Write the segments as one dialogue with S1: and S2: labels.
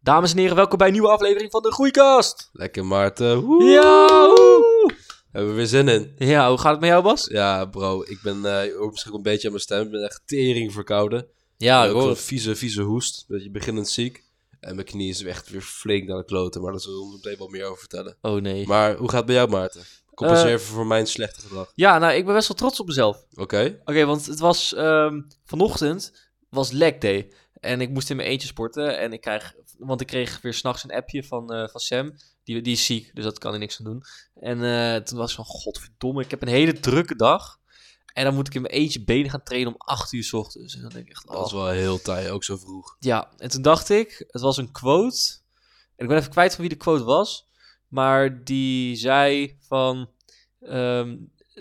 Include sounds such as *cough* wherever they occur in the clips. S1: Dames en heren, welkom bij een nieuwe aflevering van de Groeikast.
S2: Lekker Maarten. Woe.
S1: Ja, woe!
S2: Hebben we weer zin in.
S1: ja, hoe gaat het met jou, Bas?
S2: Ja, bro. Ik ben eh, je hoort misschien ook een beetje aan mijn stem. Ik ben echt tering verkouden.
S1: Ja,
S2: ook een vieze, vieze hoest. Een beetje beginnend ziek. En mijn knie is echt weer flink naar de kloten. Maar daar zullen we zo meteen wel meer over vertellen.
S1: Oh nee.
S2: Maar hoe gaat het bij jou, Maarten? Compenseer
S1: Eh.
S2: even voor mijn slechte gedrag.
S1: Ja, nou, ik ben best wel trots op mezelf.
S2: Oké?
S1: Oké, want het was ehm, vanochtend was leg day. En ik moest in mijn eentje sporten. En ik krijg, want ik kreeg weer s'nachts een appje van, eh, van Sam. Die, die is ziek, dus dat kan hij niks aan doen. En eh, toen was ik van, godverdomme, ik heb een hele drukke dag. En dan moet ik in mijn eentje benen gaan trainen om 8 uur s ochtends. En dan denk ik echt,
S2: Dat
S1: oh.
S2: is wel heel taai. Ook zo vroeg.
S1: Ja, en toen dacht ik, het was een quote. En ik ben even kwijt van wie de quote was. Maar die zei van. ehm,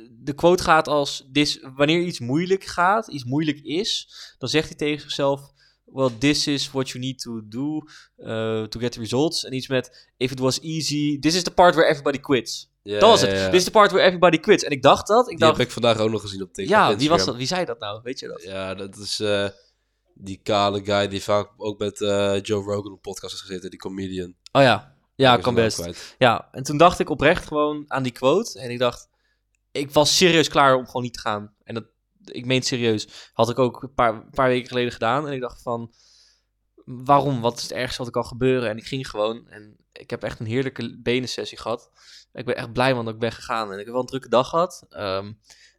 S1: de quote gaat als: this, Wanneer iets moeilijk gaat, iets moeilijk is, dan zegt hij tegen zichzelf: Well, this is what you need to do eh, to get the results. En iets met: If it was easy, this is the part where everybody quits.
S2: Ja,
S1: dat was het.
S2: ja, ja.
S1: This is the part where everybody quits. En ik dacht dat. Ik
S2: Die heb
S1: dacht,
S2: ik vandaag ook nog gezien op TikTok.
S1: ja,
S2: en
S1: wie was
S2: Instagram.
S1: dat? Wie zei dat nou? Weet je dat?
S2: Ja, dat is eh, die kale guy die vaak ook met eh, Joe Rogan op podcast is gezeten. Die comedian.
S1: Oh ja,
S2: Ik
S1: ja,
S2: ben
S1: kan
S2: zijn naam
S1: best.
S2: kwijt.
S1: Ja, en toen dacht ik oprecht gewoon aan die quote. En ik dacht, ik was serieus klaar om gewoon niet te gaan. En dat, ik meen het serieus. Had ik ook een paar, een paar weken geleden gedaan. En ik dacht van, waarom? Wat is het ergste wat er kan gebeuren? En ik ging gewoon. En ik heb echt een heerlijke benensessie gehad. Ik ben echt blij, man, dat ik ben gegaan. En ik heb wel een drukke dag gehad. Ehm,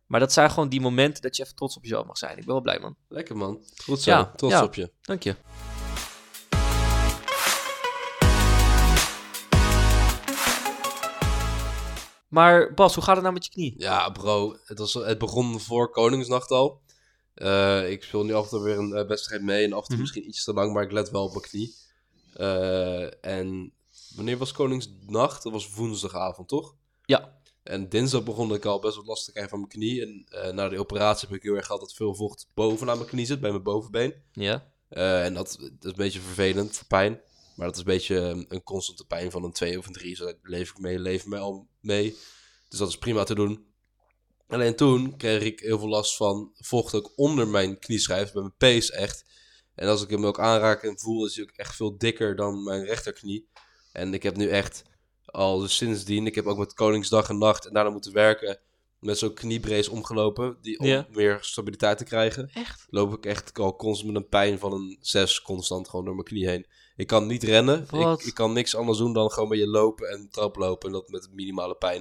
S1: maar dat zijn gewoon die momenten dat je even trots op jezelf mag zijn. Ik ben wel blij, man.
S2: Lekker man. Goed zo.
S1: Ja,
S2: Trots
S1: ja.
S2: op je.
S1: Dank je. Maar Bas, hoe gaat het nou met je knie?
S2: Ja, bro. Het, was, het begon voor Koningsnacht al. Eh, ik speel nu af en toe weer een eh, wedstrijd mee. En af en toe
S1: Mhm.
S2: misschien iets te lang, maar ik let wel op mijn knie. Eh, en wanneer was Koningsnacht? Dat was woensdagavond, toch?
S1: Ja.
S2: En dinsdag begon ik al best wel last te krijgen van mijn knie. En eh, na de operatie heb ik heel erg gehad dat veel vocht bovenaan mijn knie zit, bij mijn bovenbeen.
S1: Ja?
S2: Eh, en dat, dat is een beetje vervelend voor pijn. Maar dat is een beetje eh, een constante pijn van een 2 of een 3. Dus daar leef ik mee, leef ik mee al mee. Dus dat is prima te doen. Alleen toen kreeg ik heel veel last van vocht ook onder mijn knieschijf, bij mijn pees echt. En als ik hem ook aanraak en voel, is hij ook echt veel dikker dan mijn rechterknie. En ik heb nu echt al dus sindsdien, ik heb ook met Koningsdag en Nacht en daarna moeten werken, met zo'n kniebrace omgelopen, die, om
S1: Ja.
S2: weer stabiliteit te krijgen
S1: Echt?
S2: loop ik echt al constant met een pijn van een 6 constant gewoon door mijn knie heen. Ik kan niet rennen.
S1: Wat?
S2: Ik, ik kan niks anders doen dan gewoon bij je lopen en traplopen. En dat met minimale pijn.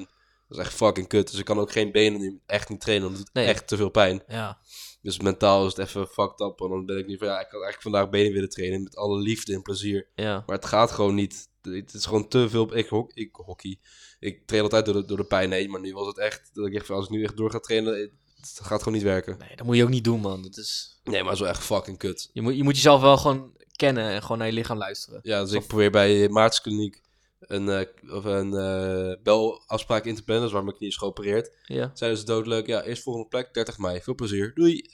S2: Dat is echt fucking kut. Dus ik kan ook geen benen nu echt niet trainen. want Dat doet
S1: Nee.
S2: echt te veel pijn.
S1: Ja.
S2: Dus mentaal is het even fucked up. En dan ben ik niet van ja, ik had eigenlijk vandaag benen willen trainen. Met alle liefde en plezier.
S1: Ja.
S2: Maar het gaat gewoon niet. Het is gewoon te veel. Ik, hok, ik hockey. Ik train altijd door de, door de pijn heen. Maar nu was het echt. Dat ik echt van, als ik nu echt door ga trainen. Het gaat gewoon niet werken.
S1: Nee, dat moet je ook niet doen, man. Dat is...
S2: Nee, maar zo echt fucking kut.
S1: je, moet, je moet jezelf wel gewoon kennen en gewoon naar je lichaam luisteren.
S2: Ja, dus
S1: Tof.
S2: ik probeer bij Maartskliniek een, eh, of een eh, belafspraak in te plannen, dus waar mijn knie is geopereerd.
S1: Ja.
S2: Zeiden ze doodleuk, ja, eerst volgende plek, 30 mei. Veel plezier, doei.
S1: *laughs*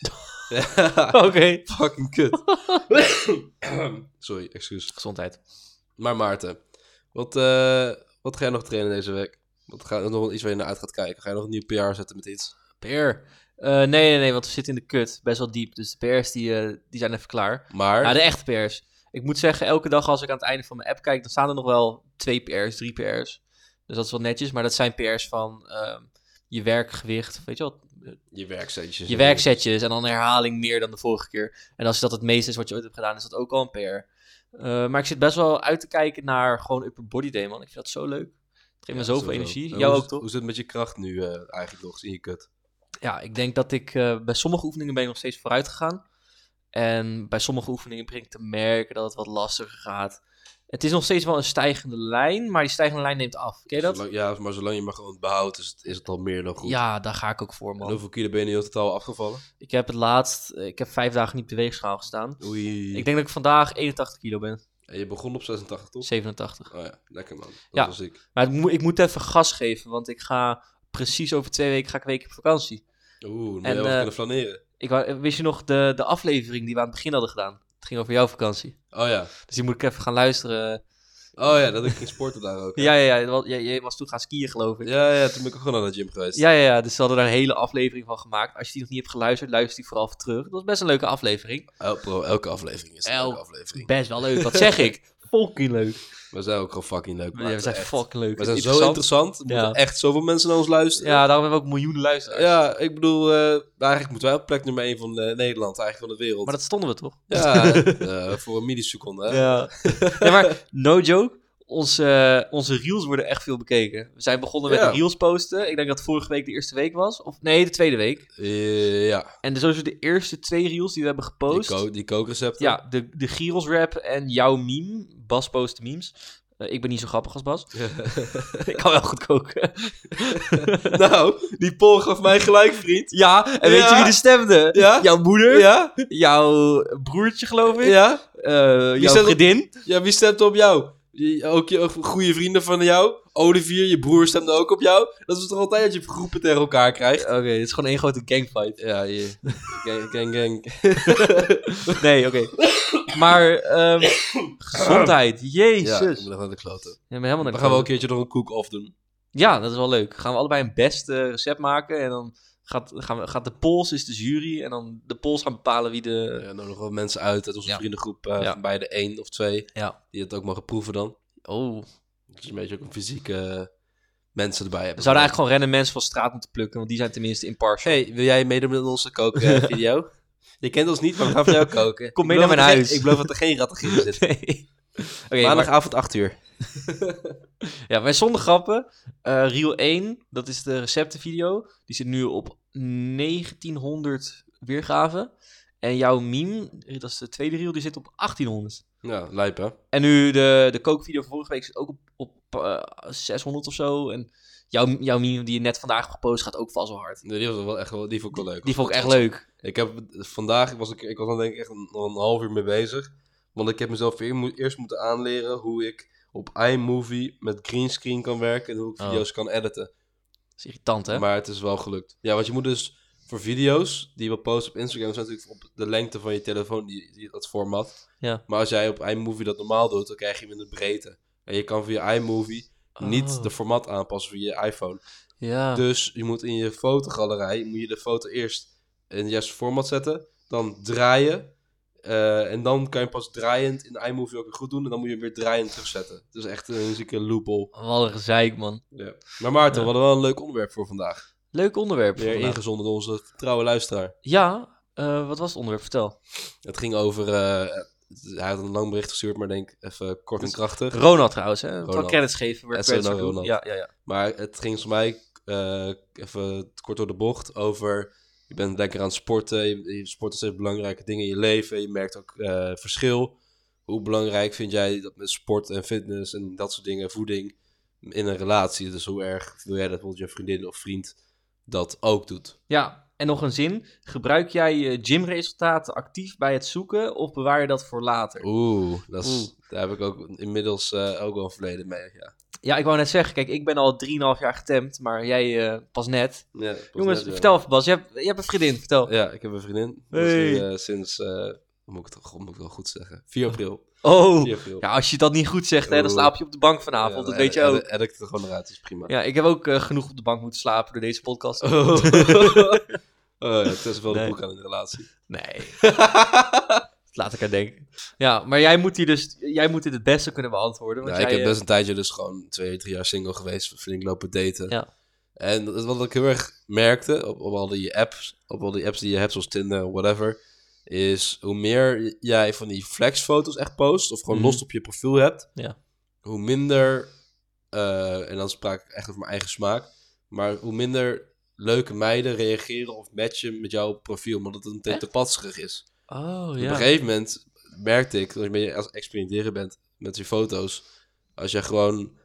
S2: *laughs*
S1: Oké.
S2: Fucking kut. *coughs* Sorry, excuus.
S1: Gezondheid.
S2: Maar Maarten, wat, eh, wat ga jij nog trainen deze week? Wat ga, nog wel iets waar je naar uit gaat kijken? Ga je nog een nieuw PR zetten met iets?
S1: PR. Eh, nee, nee, nee, want we zitten in de kut. Best wel diep. Dus de PR's die, eh, die zijn even klaar.
S2: Maar,
S1: Ja, de echte PR's. Ik moet zeggen, elke dag als ik aan het einde van mijn app kijk, dan staan er nog wel twee PR's, drie PR's. Dus dat is wel netjes, maar dat zijn PR's van ehm, je werkgewicht, weet je
S2: Dus
S1: wel,
S2: je werkzetjes.
S1: je werkzetjes en dan herhaling meer dan de vorige keer. En als dat het meeste is wat je ooit hebt gedaan, is dat ook al een PR. Eh, maar ik zit best wel uit te kijken naar gewoon Upper Body Day, man. Ik vind dat zo leuk. Het geeft me
S2: Ja,
S1: zoveel
S2: sowieso.
S1: energie.
S2: En
S1: Jou
S2: hoe
S1: ook
S2: is-
S1: toch?
S2: Hoe zit het met je kracht nu eh, eigenlijk nog eens in je kut?
S1: Ja, ik denk dat ik eh, bij sommige oefeningen ben ik nog steeds vooruit gegaan. En bij sommige oefeningen begin ik te merken dat het wat lastiger gaat. Het is nog steeds wel een stijgende lijn, maar die stijgende lijn neemt af. Ken je dat?
S2: Zolang- ja, maar zolang je maar gewoon behoudt, is, het- is het al meer dan goed.
S1: Ja, daar ga ik ook voor,
S2: En
S1: man.
S2: hoeveel kilo ben je nu in totaal afgevallen?
S1: Ik heb het laatst, eh, ik heb vijf dagen niet op de weegschaal gestaan.
S2: Oei.
S1: Ik denk dat ik vandaag 81 kilo ben,
S2: En je begon op 86, toch?
S1: 87.
S2: Oh ja, lekker man. Dat
S1: Ja.
S2: was ik.
S1: Maar het moet- ik moet even gas geven, want ik ga precies over twee weken ga ik een week op vakantie.
S2: Oeh, dan moet
S1: En,
S2: je wel
S1: eh,
S2: kunnen flaneren.
S1: Ik, wou- wist je nog de, de aflevering die we aan het begin hadden gedaan? Het ging over jouw vakantie.
S2: Oh ja.
S1: Dus die moet ik even gaan luisteren.
S2: Oh ja, dat ik ging sporten daar ook.
S1: *laughs*
S2: hè.
S1: Ja, ja, ja. wa- Jij, jij was toen gaan skiën, geloof ik.
S2: ja, ja, toen ben ik ook gewoon naar de gym geweest.
S1: Ja, ja, ja. Dus we hadden daar een hele aflevering van gemaakt. Als je die nog niet hebt geluisterd, luister die vooral even terug. Dat was best een leuke aflevering.
S2: El- bro, Oh, elke aflevering is
S1: El-
S2: elke
S1: *laughs*
S2: aflevering.
S1: Best wel leuk, wat zeg ik? fucking leuk.
S2: We zijn ook gewoon fucking leuk.
S1: Ja, we zijn
S2: echt-
S1: fucking leuk.
S2: we zijn zo
S1: Interessant.
S2: interessant. Er
S1: Ja.
S2: moeten echt zoveel mensen naar ons luisteren.
S1: Ja, daarom hebben we ook miljoenen luisteraars.
S2: Ja, ik bedoel, eh, eigenlijk moeten wij op plek nummer 1 van eh, Nederland, eigenlijk van de wereld.
S1: Maar dat stonden we toch? *laughs*
S2: Ja, eh, voor een milliseconde. Hè? *laughs*
S1: Ja. nee, maar no joke. Onze, eh, onze reels worden echt veel bekeken. We zijn begonnen met
S2: Ja.
S1: reels posten. Ik denk dat vorige week de eerste week was. Of nee, de tweede week.
S2: Eh, ja.
S1: En sowieso de eerste twee reels die we hebben
S2: Die,
S1: gepost.
S2: ko die kookrecepten.
S1: ja, de, de Giros rap en jouw meme. Bas post memes. Eh, ik ben niet zo grappig als Bas. *laughs* ik kan wel goed koken.
S2: *laughs* nou, die poll gaf mij gelijk, vriend.
S1: ja, en weet je
S2: Ja.
S1: wie er stemde?
S2: Ja?
S1: Jouw moeder.
S2: Ja?
S1: Jouw broertje, geloof ik.
S2: Ja?
S1: Eh, jouw
S2: stemt op-
S1: vriendin.
S2: Ja, wie stemt op jou? Je- Ook je ook goede vrienden van jou. Olivier, je broer stemde ook op jou. Dat is toch altijd dat je groepen tegen elkaar krijgt?
S1: Oké, dit is gewoon één grote gangfight.
S2: Ja, je. Gang, gang, gang.
S1: *laughs* Nee, oké. maar ehm, gezondheid,
S2: Ja, ik
S1: *laughs* jezus.
S2: ben
S1: Ja,
S2: nog aan de kloten.
S1: we helemaal naar
S2: Dan
S1: de
S2: gaan we ook
S1: klote.
S2: een keertje nog een cook-off doen.
S1: Ja, dat is wel leuk. Gaan we allebei een best eh, recept maken en dan gaat, gaan we, gaat de pols is de jury en dan de pols gaan bepalen wie de...
S2: Ja, nodig wel mensen uit uit onze
S1: Ja.
S2: vriendengroep. eh,
S1: Ja.
S2: van bij de één of twee.
S1: Ja.
S2: Die het ook mogen proeven dan.
S1: Oh,
S2: Dus een beetje ook een fysieke eh, mensen erbij
S1: we
S2: hebben.
S1: zouden eigenlijk gewoon random mensen van straat moeten plukken, want die zijn tenminste impartial.
S2: Hey, wil jij meedoen met onze
S1: *laughs*
S2: kookvideo? je kent ons niet, maar we gaan voor jou koken.
S1: Kom mee
S2: Ik beloof
S1: naar
S2: dat
S1: mijn
S2: er
S1: huis.
S2: geen- Ik beloof dat er geen rattig in
S1: *laughs*
S2: zit.
S1: Nee. *laughs* Oké, maar,
S2: Maandagavond 8 uur.
S1: ja, maar zonder grappen. eh Reel 1, dat is de receptenvideo. Die zit nu op 1900 weergaven. En jouw meme, dat is de tweede reel, die zit op 1800.
S2: Ja, lijp hè?
S1: En nu de, de kookvideo van vorige week zit ook op, op eh, 600 of zo. En jouw, jouw meme die je net vandaag hebt gepost gaat ook vast wel hard.
S2: Nee, Die, was wel echt, wel- die vond ik wel leuk.
S1: Die vond ik echt leuk.
S2: Ik heb vandaag, ik was, ik, ik was dan denk ik echt een, nog een half uur mee bezig. Want ik heb mezelf eer- moet- eerst moeten aanleren hoe ik op iMovie met greenscreen kan werken en hoe ik
S1: Oh.
S2: video's kan editen.
S1: Dat is irritant, hè?
S2: Maar het is wel gelukt. Ja, want je moet dus voor video's die we posten op Instagram zijn natuurlijk op de lengte van je telefoon die, die dat format.
S1: Ja.
S2: Maar als jij op iMovie dat normaal doet, dan krijg je hem in de breedte. En je kan via iMovie
S1: Oh.
S2: niet de format aanpassen voor je iPhone.
S1: Ja.
S2: Dus je moet in je fotogalerij, moet je de foto eerst in het juiste format zetten, dan draaien. eh, en dan kan je pas draaiend in iMovie ook weer goed doen. En dan moet je hem weer draaiend terugzetten. Het is echt een zieke loophole.
S1: Wat een gezeik, man.
S2: Ja. Maar Maarten,
S1: Ja.
S2: we hadden wel een leuk onderwerp voor vandaag.
S1: Leuk onderwerp. voor
S2: Weer
S1: vandaag.
S2: ingezonden door onze trouwe luisteraar.
S1: Ja, eh, wat was het onderwerp? Vertel.
S2: Het ging over. eh, hij had een lang bericht gestuurd, maar denk even kort en krachtig.
S1: Ronald trouwens, hè? Wat
S2: Ronald.
S1: credits geven. Where
S2: SNL
S1: credits are due.
S2: Ronald.
S1: Ja, ja, ja.
S2: Maar het ging voor mij eh, even kort door de bocht over. Je bent lekker aan het sporten. Je, je sport is steeds belangrijke dingen in je leven. Je merkt ook eh, verschil. Hoe belangrijk vind jij dat met sport en fitness en dat soort dingen, voeding in een relatie? Dus hoe erg wil jij dat bijvoorbeeld je vriendin of vriend dat ook doet?
S1: Ja, en nog een zin. Gebruik jij je gymresultaten actief bij het zoeken of bewaar je dat voor later?
S2: Oeh, dat is,
S1: Oeh.
S2: daar heb ik ook inmiddels eh, ook wel een verleden mee. Ja.
S1: Ja, ik wou net zeggen, kijk, ik ben al 3,5 jaar getemd, maar jij eh, pas net.
S2: Ja, dat was
S1: Jongens,
S2: net, ja.
S1: vertel even, Bas. Je hebt, je hebt een vriendin, vertel.
S2: Ja, ik heb een vriendin. Dat
S1: Hey.
S2: is, eh, sinds, eh, moet, ik het, toch- moet ik het wel goed zeggen, 4 april.
S1: Oh,
S2: 4 april.
S1: ja, als je dat niet goed zegt, hè, dan
S2: Oeh.
S1: slaap je op de bank vanavond. dat weet je
S2: Ja, dan
S1: ook.
S2: edit- edit ik het er gewoon eruit, dat is prima.
S1: Ja, ik heb ook eh, genoeg op de bank moeten slapen door deze podcast.
S2: Oh.
S1: *laughs*
S2: Oh, ja, het is wel de
S1: Nee.
S2: broek aan in de relatie.
S1: Nee. *laughs* Laat ik aan denken. Ja, maar jij moet, hier dus, jij moet dit het beste kunnen beantwoorden. Want
S2: Nou, ik
S1: jij,
S2: heb
S1: eh,
S2: best een tijdje dus gewoon twee, drie jaar single geweest, flink lopen daten.
S1: Ja.
S2: En dat- wat ik heel erg merkte op, op al die apps, op al die apps die je hebt, zoals Tinder, whatever, is hoe meer jij van die flexfoto's echt post, of gewoon
S1: Mhm.
S2: los op je profiel hebt,
S1: Ja.
S2: hoe minder, eh, en dan spraak ik echt over mijn eigen smaak, maar hoe minder leuke meiden reageren of matchen met jouw profiel, omdat het meteen
S1: Echt?
S2: te patserig is.
S1: Oh,
S2: Op
S1: ja.
S2: een gegeven moment merkte ik, dat je mee als experimenteren bent met je foto's, als je gewoon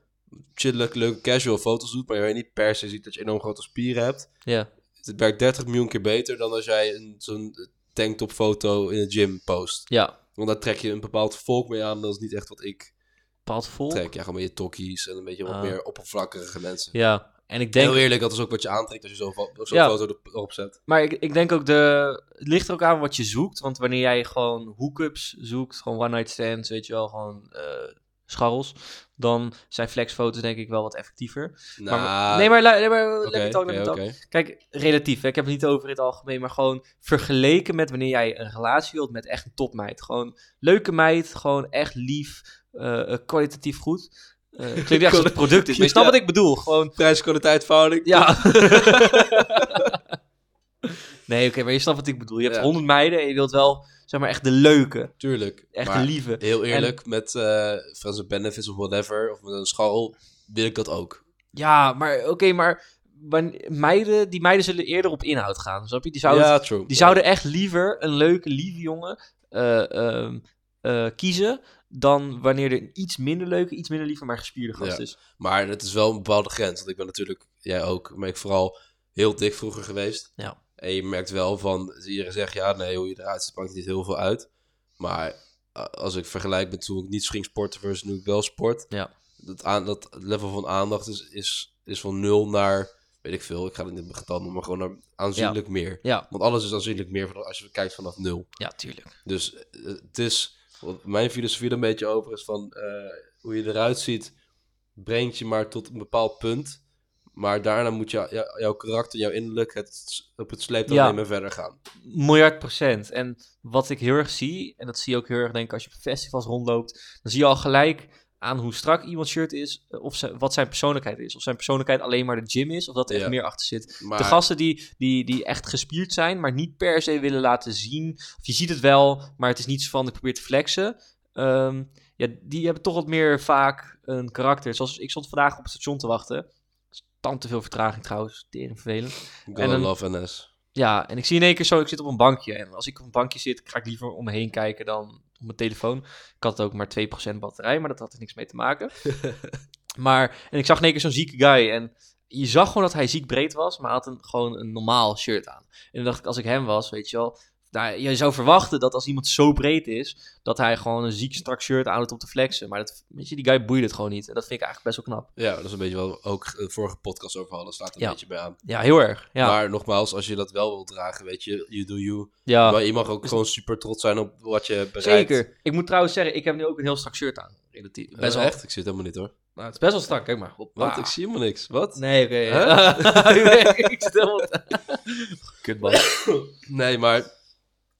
S2: chillelijke, leuke casual foto's doet, maar je niet per se ziet dat je enorm grote spieren hebt,
S1: ja.
S2: het werkt 30 miljoen keer beter dan als jij een- zo'n tanktop foto in de gym post.
S1: Ja,
S2: Want daar trek je een bepaald volk mee aan, dat is niet echt wat ik
S1: bepaald vol.
S2: trek. Ja, gewoon met je tokkies en een beetje wat
S1: Ah.
S2: meer oppervlakkige mensen.
S1: Ja, en ik
S2: En
S1: denk...
S2: Heel eerlijk, dat is ook wat je aantrekt als je zo'n fo- zo'n
S1: Ja.
S2: foto erop- erop zet.
S1: Maar ik, ik denk ook de. Het ligt er ook aan wat je zoekt. Want wanneer jij gewoon hookups zoekt, gewoon one-night stands, weet je wel, gewoon eh, scharrels. Dan zijn flexfoto's denk ik wel wat effectiever.
S2: Nou,
S1: Maar, nee, maar, lu- nee, maar
S2: oké,
S1: let me talk, let
S2: oké,
S1: me talk.
S2: oké.
S1: Kijk, relatief. Hè? Ik heb het niet over in het algemeen, maar gewoon vergeleken met wanneer jij een relatie wilt met echt een topmeid. Gewoon leuke meid, gewoon echt lief, eh, eh, eh, kwalitatief goed. Eh het klinkt echt als het product is, maar je snapt
S2: Ja.
S1: wat ik bedoel. Gewoon,
S2: Prijs-kwaliteit verhouding.
S1: ja. *laughs* nee, oké, maar je snapt wat ik bedoel. Je hebt
S2: Ja.
S1: honderd meiden en je wilt wel, zeg maar, echt de leuke.
S2: Tuurlijk.
S1: Echt
S2: maar
S1: de lieve.
S2: heel eerlijk, met eh friends with benefits of whatever, of met een scharrel, wil ik dat ook.
S1: Ja, maar oké, maar wan- meiden, die meiden zullen eerder op inhoud gaan, snap je? Die zouden,
S2: ja, true.
S1: die zouden echt liever een leuke, lieve jongen eh, ehm, eh, kiezen... dan wanneer er een iets minder leuke, iets minder lieve, maar gespierde gast
S2: Ja.
S1: is.
S2: Maar het is wel een bepaalde grens. Want ik ben natuurlijk, jij ook, maar ik vooral heel dik vroeger geweest.
S1: Ja.
S2: En je merkt wel van, iedereen zegt ja, nee, hoe je eruit ziet, maakt niet heel veel uit. Maar eh, als ik vergelijk met toen ik niet ging sporten versus nu ik wel sport.
S1: Ja.
S2: Dat, aan, dat level van aandacht is, is, is van nul naar, weet ik veel, ik ga het niet op mijn getal noemen, maar gewoon naar aanzienlijk meer.
S1: Ja,
S2: Want alles is aanzienlijk meer van- als je kijkt vanaf nul.
S1: ja, tuurlijk.
S2: Dus eh, het is, wat mijn filosofie er een beetje over is van eh, hoe je eruit ziet, brengt je maar tot een bepaald punt. Maar daarna moet je, ja, jouw karakter, jouw innerlijk het, op het sleept
S1: Ja.
S2: alleen maar verder gaan.
S1: Miljard procent. En wat ik heel erg zie, en dat zie je ook heel erg denk ik als je op festivals rondloopt, dan zie je al gelijk aan hoe strak iemands shirt is, eh, of ze- wat zijn persoonlijkheid is. Of zijn persoonlijkheid alleen maar de gym is, of dat er echt
S2: Ja.
S1: meer achter zit.
S2: Maar
S1: De gasten die, die, die echt gespierd zijn, maar niet per se willen laten zien, of je ziet het wel, maar het is niet zo van ik probeer te flexen. Ehm, ja, die hebben toch wat meer vaak een karakter. Zoals ik stond vandaag op het station te wachten. Tant te veel vertraging trouwens, tering vervelend.
S2: God
S1: en dan-
S2: love NS.
S1: Ja, en ik zie in één keer zo, ik zit op een bankje. En als ik op een bankje zit, ga ik liever om me heen kijken dan op mijn telefoon. Ik had ook maar 2% batterij, maar dat had er niks mee te *laughs* maken. maar, en ik zag in één keer zo'n zieke guy. En je zag gewoon dat hij ziek breed was, maar hij had een, gewoon een normaal shirt aan. En dan dacht ik, als ik hem was, weet je wel... Nou, je zou verwachten dat als iemand zo breed is, dat hij gewoon een ziek strak shirt aan doet om te flexen. Maar dat, weet je, die guy boeide het gewoon niet. En dat vind ik eigenlijk best wel knap.
S2: Ja, dat is een beetje wat we ook eh, de vorige podcast over hadden. Slaat er
S1: Ja.
S2: een beetje bij aan.
S1: Ja, heel erg. Ja,
S2: Maar nogmaals, als je dat wel wilt dragen, weet je, you do you.
S1: ja.
S2: Maar je mag ook gewoon super trots zijn op wat je bereikt.
S1: Zeker. Ik moet trouwens zeggen, ik heb nu ook een heel strak shirt aan. Relatief.
S2: Best
S1: Best wel,
S2: wel Eh,
S1: Ah.
S2: echt, ik zit helemaal niet hoor.
S1: nou, het is best wel strak, kijk maar. Op,
S2: Want Oh. ik zie helemaal niks. Wat?
S1: Nee, oké.
S2: ja.
S1: *laughs* ik zit helemaal... Kutbal.
S2: Nee, maar.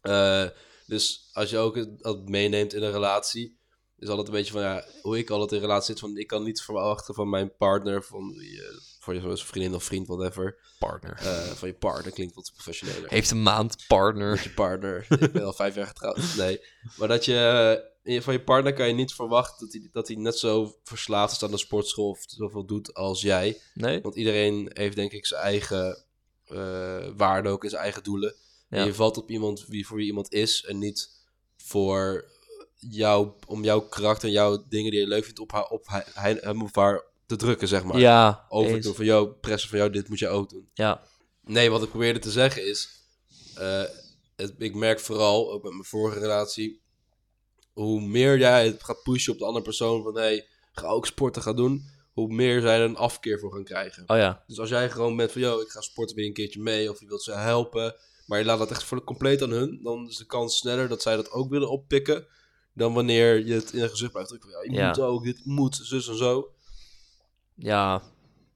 S2: eh, dus als je ook het- dat meeneemt in een relatie. Is altijd een beetje van ja. Hoe ik altijd in relatie zit. Van ik kan niet verwachten van mijn partner. Van je, voor je zoals vriendin of vriend, whatever.
S1: Partner.
S2: eh, van je partner klinkt wat professioneler.
S1: Heeft een maand partner.
S2: Je partner. *laughs* ik ben al vijf jaar getrouwd. Nee. Maar dat je. eh, je- Van je partner kan je niet verwachten dat hij, dat hij net zo verslaafd is aan de sportschool. Of zoveel doet als jij.
S1: Nee?
S2: Want iedereen heeft denk ik zijn eigen eh waarde ook en zijn eigen doelen.
S1: Ja.
S2: En je valt op iemand wie voor wie iemand is en niet voor jou, om jouw karakter en jouw dingen die je leuk vindt op, haar, op hij- hij- hem of haar te drukken, zeg maar.
S1: ja.
S2: Over te
S1: eens.
S2: doen van jou, pressen van jou, dit moet je ook doen.
S1: Ja.
S2: Nee, wat ik probeerde te zeggen is, eh, het- ik merk vooral, ook met mijn vorige relatie, hoe meer jij het gaat pushen op de andere persoon van, hé, hey, ga ook sporten gaan doen, hoe meer zij er een afkeer voor gaan krijgen.
S1: Oh ja.
S2: Dus als jij gewoon bent van, yo, ik ga sporten weer een keertje mee, of je wilt ze helpen, maar je laat dat echt voor compleet aan hun, dan is de kans sneller dat zij dat ook willen oppikken, dan wanneer je het in hun gezicht blijft drukken. van, Ja, je
S1: Ja.
S2: moet ook, dit moet, zus en zo.
S1: Ja.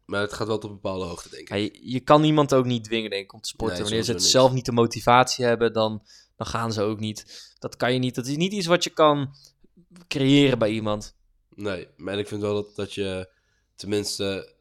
S2: Maar het gaat wel tot een bepaalde hoogte, denk ik.
S1: Ja, je, je kan iemand ook niet dwingen, denk ik, om te sporten.
S2: Nee,
S1: Wanneer ze het
S2: sowieso niet.
S1: zelf niet de motivatie hebben, dan, dan gaan ze ook niet. Dat kan je niet. Dat is niet iets wat je kan creëren bij iemand.
S2: Nee, maar ik vind wel dat, dat je, tenminste,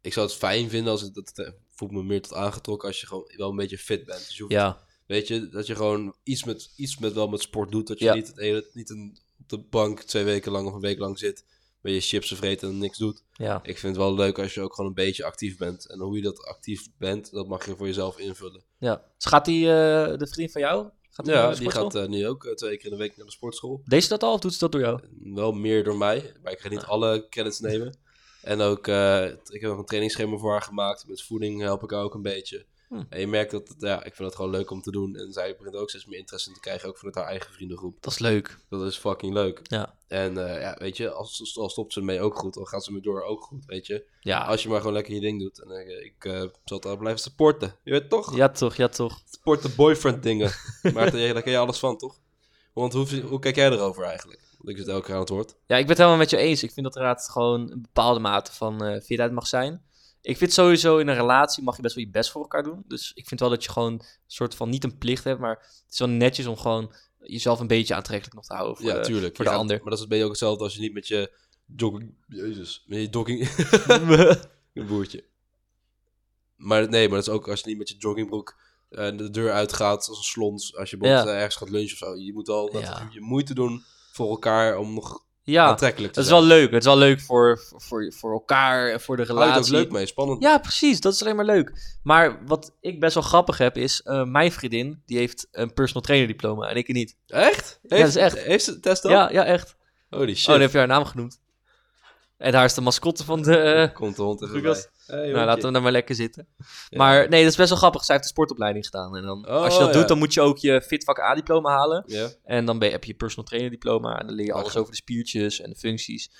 S2: ik zou het fijn vinden als ik, dat eh, voelt me meer tot aangetrokken als je gewoon wel een beetje fit bent. Dus je hoeft
S1: Ja.
S2: Weet je, dat je gewoon iets met, iets met wel met sport doet. Dat je
S1: Ja.
S2: niet, het hele, niet een, op de bank twee weken lang of een week lang zit. Met je chips te vreten en niks doet.
S1: Ja.
S2: Ik vind het wel leuk als je ook gewoon een beetje actief bent. En hoe je dat actief bent, dat mag je voor jezelf invullen.
S1: ja. Dus gaat die, eh, de vriend van jou? Gaat die naar
S2: ja,
S1: de
S2: die
S1: sportschool?
S2: gaat eh, nu ook eh, twee keer in de week naar de sportschool.
S1: Deed ze dat al of doet ze dat door jou?
S2: Wel meer door mij, maar ik ga
S1: Ah.
S2: niet alle credits
S1: *laughs*
S2: nemen. En ook, eh, ik heb nog een trainingsschema voor haar gemaakt. Met voeding help ik haar ook een beetje.
S1: Hm.
S2: En je merkt dat, ja, ik vind dat gewoon leuk om te doen. En zij begint ook steeds meer interesse in te krijgen, ook vanuit haar eigen vriendengroep.
S1: Dat is leuk.
S2: Dat is fucking leuk.
S1: Ja.
S2: En eh, ja, weet je, als, als stopt ze mee ook goed, dan gaat ze mee door ook goed, weet je.
S1: Ja.
S2: Als je maar gewoon lekker je ding doet. En eh, ik eh, zal daar blijven supporten. Je weet toch?
S1: Ja, toch, ja, toch.
S2: Supporten
S1: *laughs*
S2: boyfriend dingen. maar daar daar ken je alles van, toch? Want hoe, hoe kijk jij erover eigenlijk? Want ik zit elke keer aan het woord.
S1: Ja, ik ben het helemaal met je eens. Ik vind dat er inderdaad gewoon een bepaalde mate van eh fitheid mag zijn. Ik vind sowieso in een relatie mag je best wel je best voor elkaar doen. Dus ik vind wel dat je gewoon een soort van niet een plicht hebt, maar het is wel netjes om gewoon jezelf een beetje aantrekkelijk nog te houden voor,
S2: ja,
S1: de-
S2: tuurlijk.
S1: voor
S2: Je
S1: de
S2: gaat-
S1: ander.
S2: Maar dat is ben je ook hetzelfde als je niet met je jogging... Jezus. Met je jogging... een boertje. Maar nee, maar dat is ook als je niet met je joggingbroek eh, de deur uitgaat als een slons. Als je bijvoorbeeld
S1: Ja.
S2: eh, ergens gaat lunchen of zo. Je moet al
S1: Ja.
S2: je moeite doen voor elkaar om nog
S1: *laughs* ja,
S2: aantrekkelijk te
S1: dat is
S2: zijn.
S1: wel leuk. Het is wel leuk voor, voor, voor elkaar en voor de
S2: Daar hou je het
S1: relatie.
S2: ook leuk mee, spannend.
S1: Ja, precies. Dat is alleen maar leuk. Maar wat ik best wel grappig heb, is eh, mijn vriendin, die heeft een personal trainer diploma en ik niet.
S2: Echt? Heeft,
S1: dat is echt.
S2: Heeft ze de test dan?
S1: Ja, ja, echt.
S2: Holy shit.
S1: Oh, dan heb je haar naam genoemd. En daar is de mascotte van de... eh,
S2: Komt de hond even bij.
S1: Lucas.
S2: Hey,
S1: nou, laten
S2: hondje.
S1: we daar maar lekker zitten.
S2: Ja.
S1: Maar nee, dat is best wel grappig. Zij heeft de sportopleiding gedaan. En dan, als je
S2: Oh,
S1: dat
S2: ja.
S1: doet, dan moet je ook je fitvak A-diploma halen.
S2: Ja.
S1: En dan ben je, heb je je personal trainer diploma. En dan leer je alles
S2: Lachen.
S1: over de spiertjes en de functies.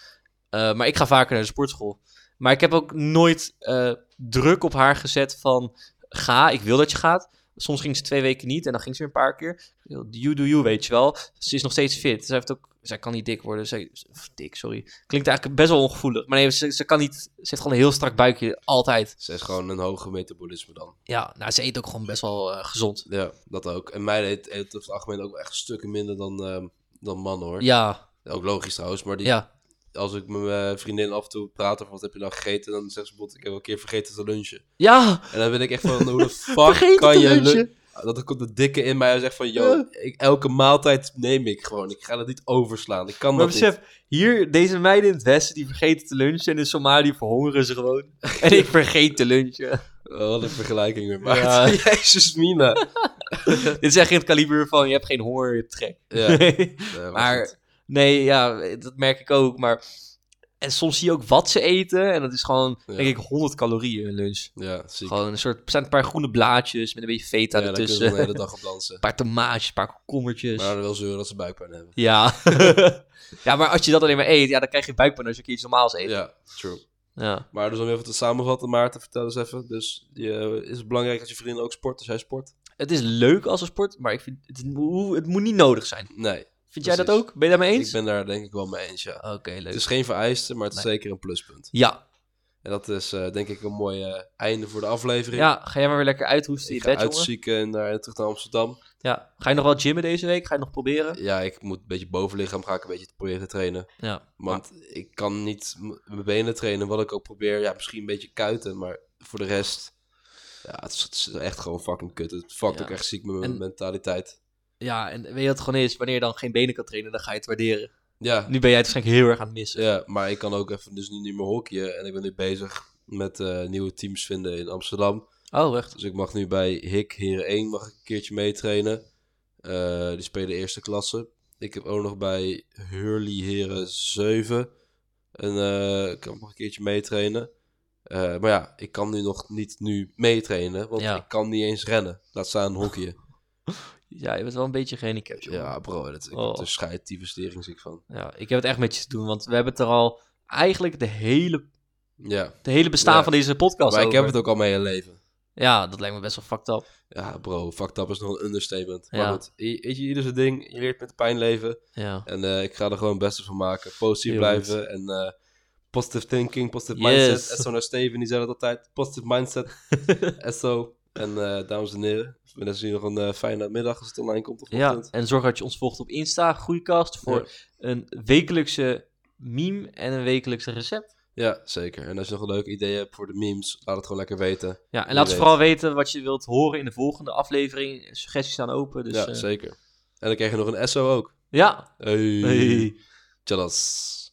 S1: Eh, maar ik ga vaker naar de sportschool. Maar ik heb ook nooit eh, druk op haar gezet van... Ga, ik wil dat je gaat. Soms ging ze twee weken niet en dan ging ze weer een paar keer. You do you, weet je wel. Ze is nog steeds fit. Zij, heeft ook, zij kan niet dik worden. Zij, of dik, sorry. Klinkt eigenlijk best wel ongevoelig. Maar nee, ze, ze kan niet... Ze heeft gewoon een heel strak buikje, altijd.
S2: Ze heeft gewoon een hoge metabolisme dan.
S1: Ja, nou, ze eet ook gewoon best wel eh, gezond.
S2: Ja, dat ook. En mij eet, eet op het algemeen ook wel echt stukken minder dan, ehm, dan mannen hoor.
S1: Ja,
S2: Ook logisch trouwens, maar die,
S1: ja.
S2: als ik met mijn vriendin af en toe praat over wat heb je nou gegeten, dan zegt ze bijvoorbeeld, ik heb een keer vergeten te lunchen.
S1: Ja,
S2: En dan ben ik echt
S1: *laughs*
S2: van, hoe de fuck
S1: vergeet
S2: kan
S1: te
S2: je
S1: lunchen.
S2: lunchen? Dat komt de dikke in mij en zegt van, yo, ik, elke maaltijd neem ik gewoon. Ik ga dat niet overslaan. Ik kan
S1: Maar
S2: dat
S1: besef, hier, deze meiden in het westen, die vergeten te lunchen. En in Somalië verhongeren ze gewoon. *laughs* en ik vergeet te lunchen.
S2: niet. Oh, Wat een vergelijking weer. Maar
S1: *laughs*
S2: *laughs*
S1: Ja.
S2: jezus mina.
S1: Dit is echt in het kaliber van, je hebt geen honger, je hebt trek. *laughs*
S2: Ja,
S1: maar, nee, ja, dat merk ik ook. Maar, en soms zie je ook wat ze eten. En dat is gewoon,
S2: Ja.
S1: denk ik, 100 calorieën in lunch.
S2: Ja, ziek.
S1: Gewoon een soort, er zijn een paar groene blaadjes met een beetje feta
S2: Ja, daar kunnen ze
S1: ertussen.
S2: dan de hele
S1: *laughs* Een
S2: dag op dansen.
S1: paar tomaatjes, een paar komkommertjes.
S2: Maar dan wel zeuren dat ze buikpijn hebben.
S1: Ja. *laughs* ja, maar als je dat alleen maar eet, ja, dan krijg je buikpijn als je een keer iets normaals eet.
S2: Ja, true.
S1: ja.
S2: Maar dus om even te samenvatten, Maarten, vertel eens even. Dus je, is het belangrijk dat je vriendin ook sport als jij sport?
S1: Het is leuk als een sport, maar ik vind, het, hoe- het moet niet nodig zijn.
S2: Nee.
S1: Vind jij dat
S2: Precies.
S1: ook? Ben je daarmee eens?
S2: Ik ben daar denk ik wel mee eens, ja.
S1: Oké, leuk.
S2: Het is geen vereiste, maar het is
S1: Nee.
S2: zeker een pluspunt.
S1: Ja.
S2: En dat is eh, denk ik een mooi eh, einde voor de aflevering.
S1: ja, ga jij maar weer lekker uithoesten in
S2: ik
S1: je
S2: ga
S1: bed, jongen.
S2: uitzieken en daar eh, terug naar Amsterdam.
S1: Ja. Ga je nog wel gymmen deze week? Ga je nog proberen?
S2: Ja, ik moet een beetje bovenlichaam ga ik een beetje te proberen te trainen.
S1: Ja.
S2: Want ik kan niet m- mijn benen trainen, wat ik ook probeer. Ja, misschien een beetje kuiten, maar voor de rest... Ja, het is, het is echt gewoon fucking kut. Het fuckt
S1: Ja.
S2: ook echt ziek met mijn
S1: En-
S2: mentaliteit.
S1: Ja, en weet je wat het gewoon is? Wanneer je dan geen benen kan trainen, dan ga je het waarderen.
S2: Ja,
S1: Nu ben jij het waarschijnlijk heel erg aan het missen.
S2: Ja, maar ik kan ook even dus nu niet meer hockeyen. En ik ben nu bezig met eh, nieuwe teams vinden in Amsterdam.
S1: Oh, echt?
S2: Dus ik mag nu bij Hik Heren 1 mag ik een keertje meetrainen. Eh, die spelen eerste klasse. Ik heb ook nog bij Hurley Heren 7. En eh, ik kan nog een keertje meetrainen. Eh, maar ja, ik kan nu nog niet nu meetrainen. Want
S1: Ja.
S2: ik kan niet eens rennen. Laat staan hockeyen.
S1: Ja, je bent wel een beetje gehandicapt, jongen.
S2: Ja, bro. Dat, ik
S1: Oh.
S2: heb er scheid die verstering ziek van.
S1: Ja, Ik heb het echt met je te doen, want we hebben het er al eigenlijk de hele,
S2: Ja,
S1: de hele bestaan
S2: Ja.
S1: van deze podcast
S2: maar ik heb
S1: over.
S2: het ook al mijn hele leven.
S1: Ja, dat lijkt me best wel fucked up.
S2: Ja, bro, fucked up is nog een understatement. Maar
S1: Ja.
S2: goed, i- weet je, ieder zijn ding. Je leert met de pijn leven.
S1: Ja.
S2: En eh, ik ga er gewoon het beste van maken. Positief
S1: Heel
S2: blijven en eh, positive thinking, positive
S1: Yes.
S2: mindset. En zo naar Steven, die zei dat altijd. Positive
S1: *laughs*
S2: mindset. en zo. En eh, dames en heren, we wensen jullie nog een eh, fijne middag als het online komt of
S1: Ja,
S2: ochtend.
S1: en zorg dat je ons volgt op Insta, Groeikast, voor een wekelijkse meme en een wekelijkse recept.
S2: Ja, zeker. En als je nog een leuk idee hebt voor de memes, laat het gewoon lekker weten.
S1: Ja, en
S2: Wie
S1: laat ons
S2: weet.
S1: vooral weten wat je wilt horen in de volgende aflevering. Suggesties staan open, dus
S2: ja,
S1: eh,
S2: zeker. En dan krijg je nog een SO ook.
S1: ja.
S2: Hey.
S1: Hey.
S2: Tjallas.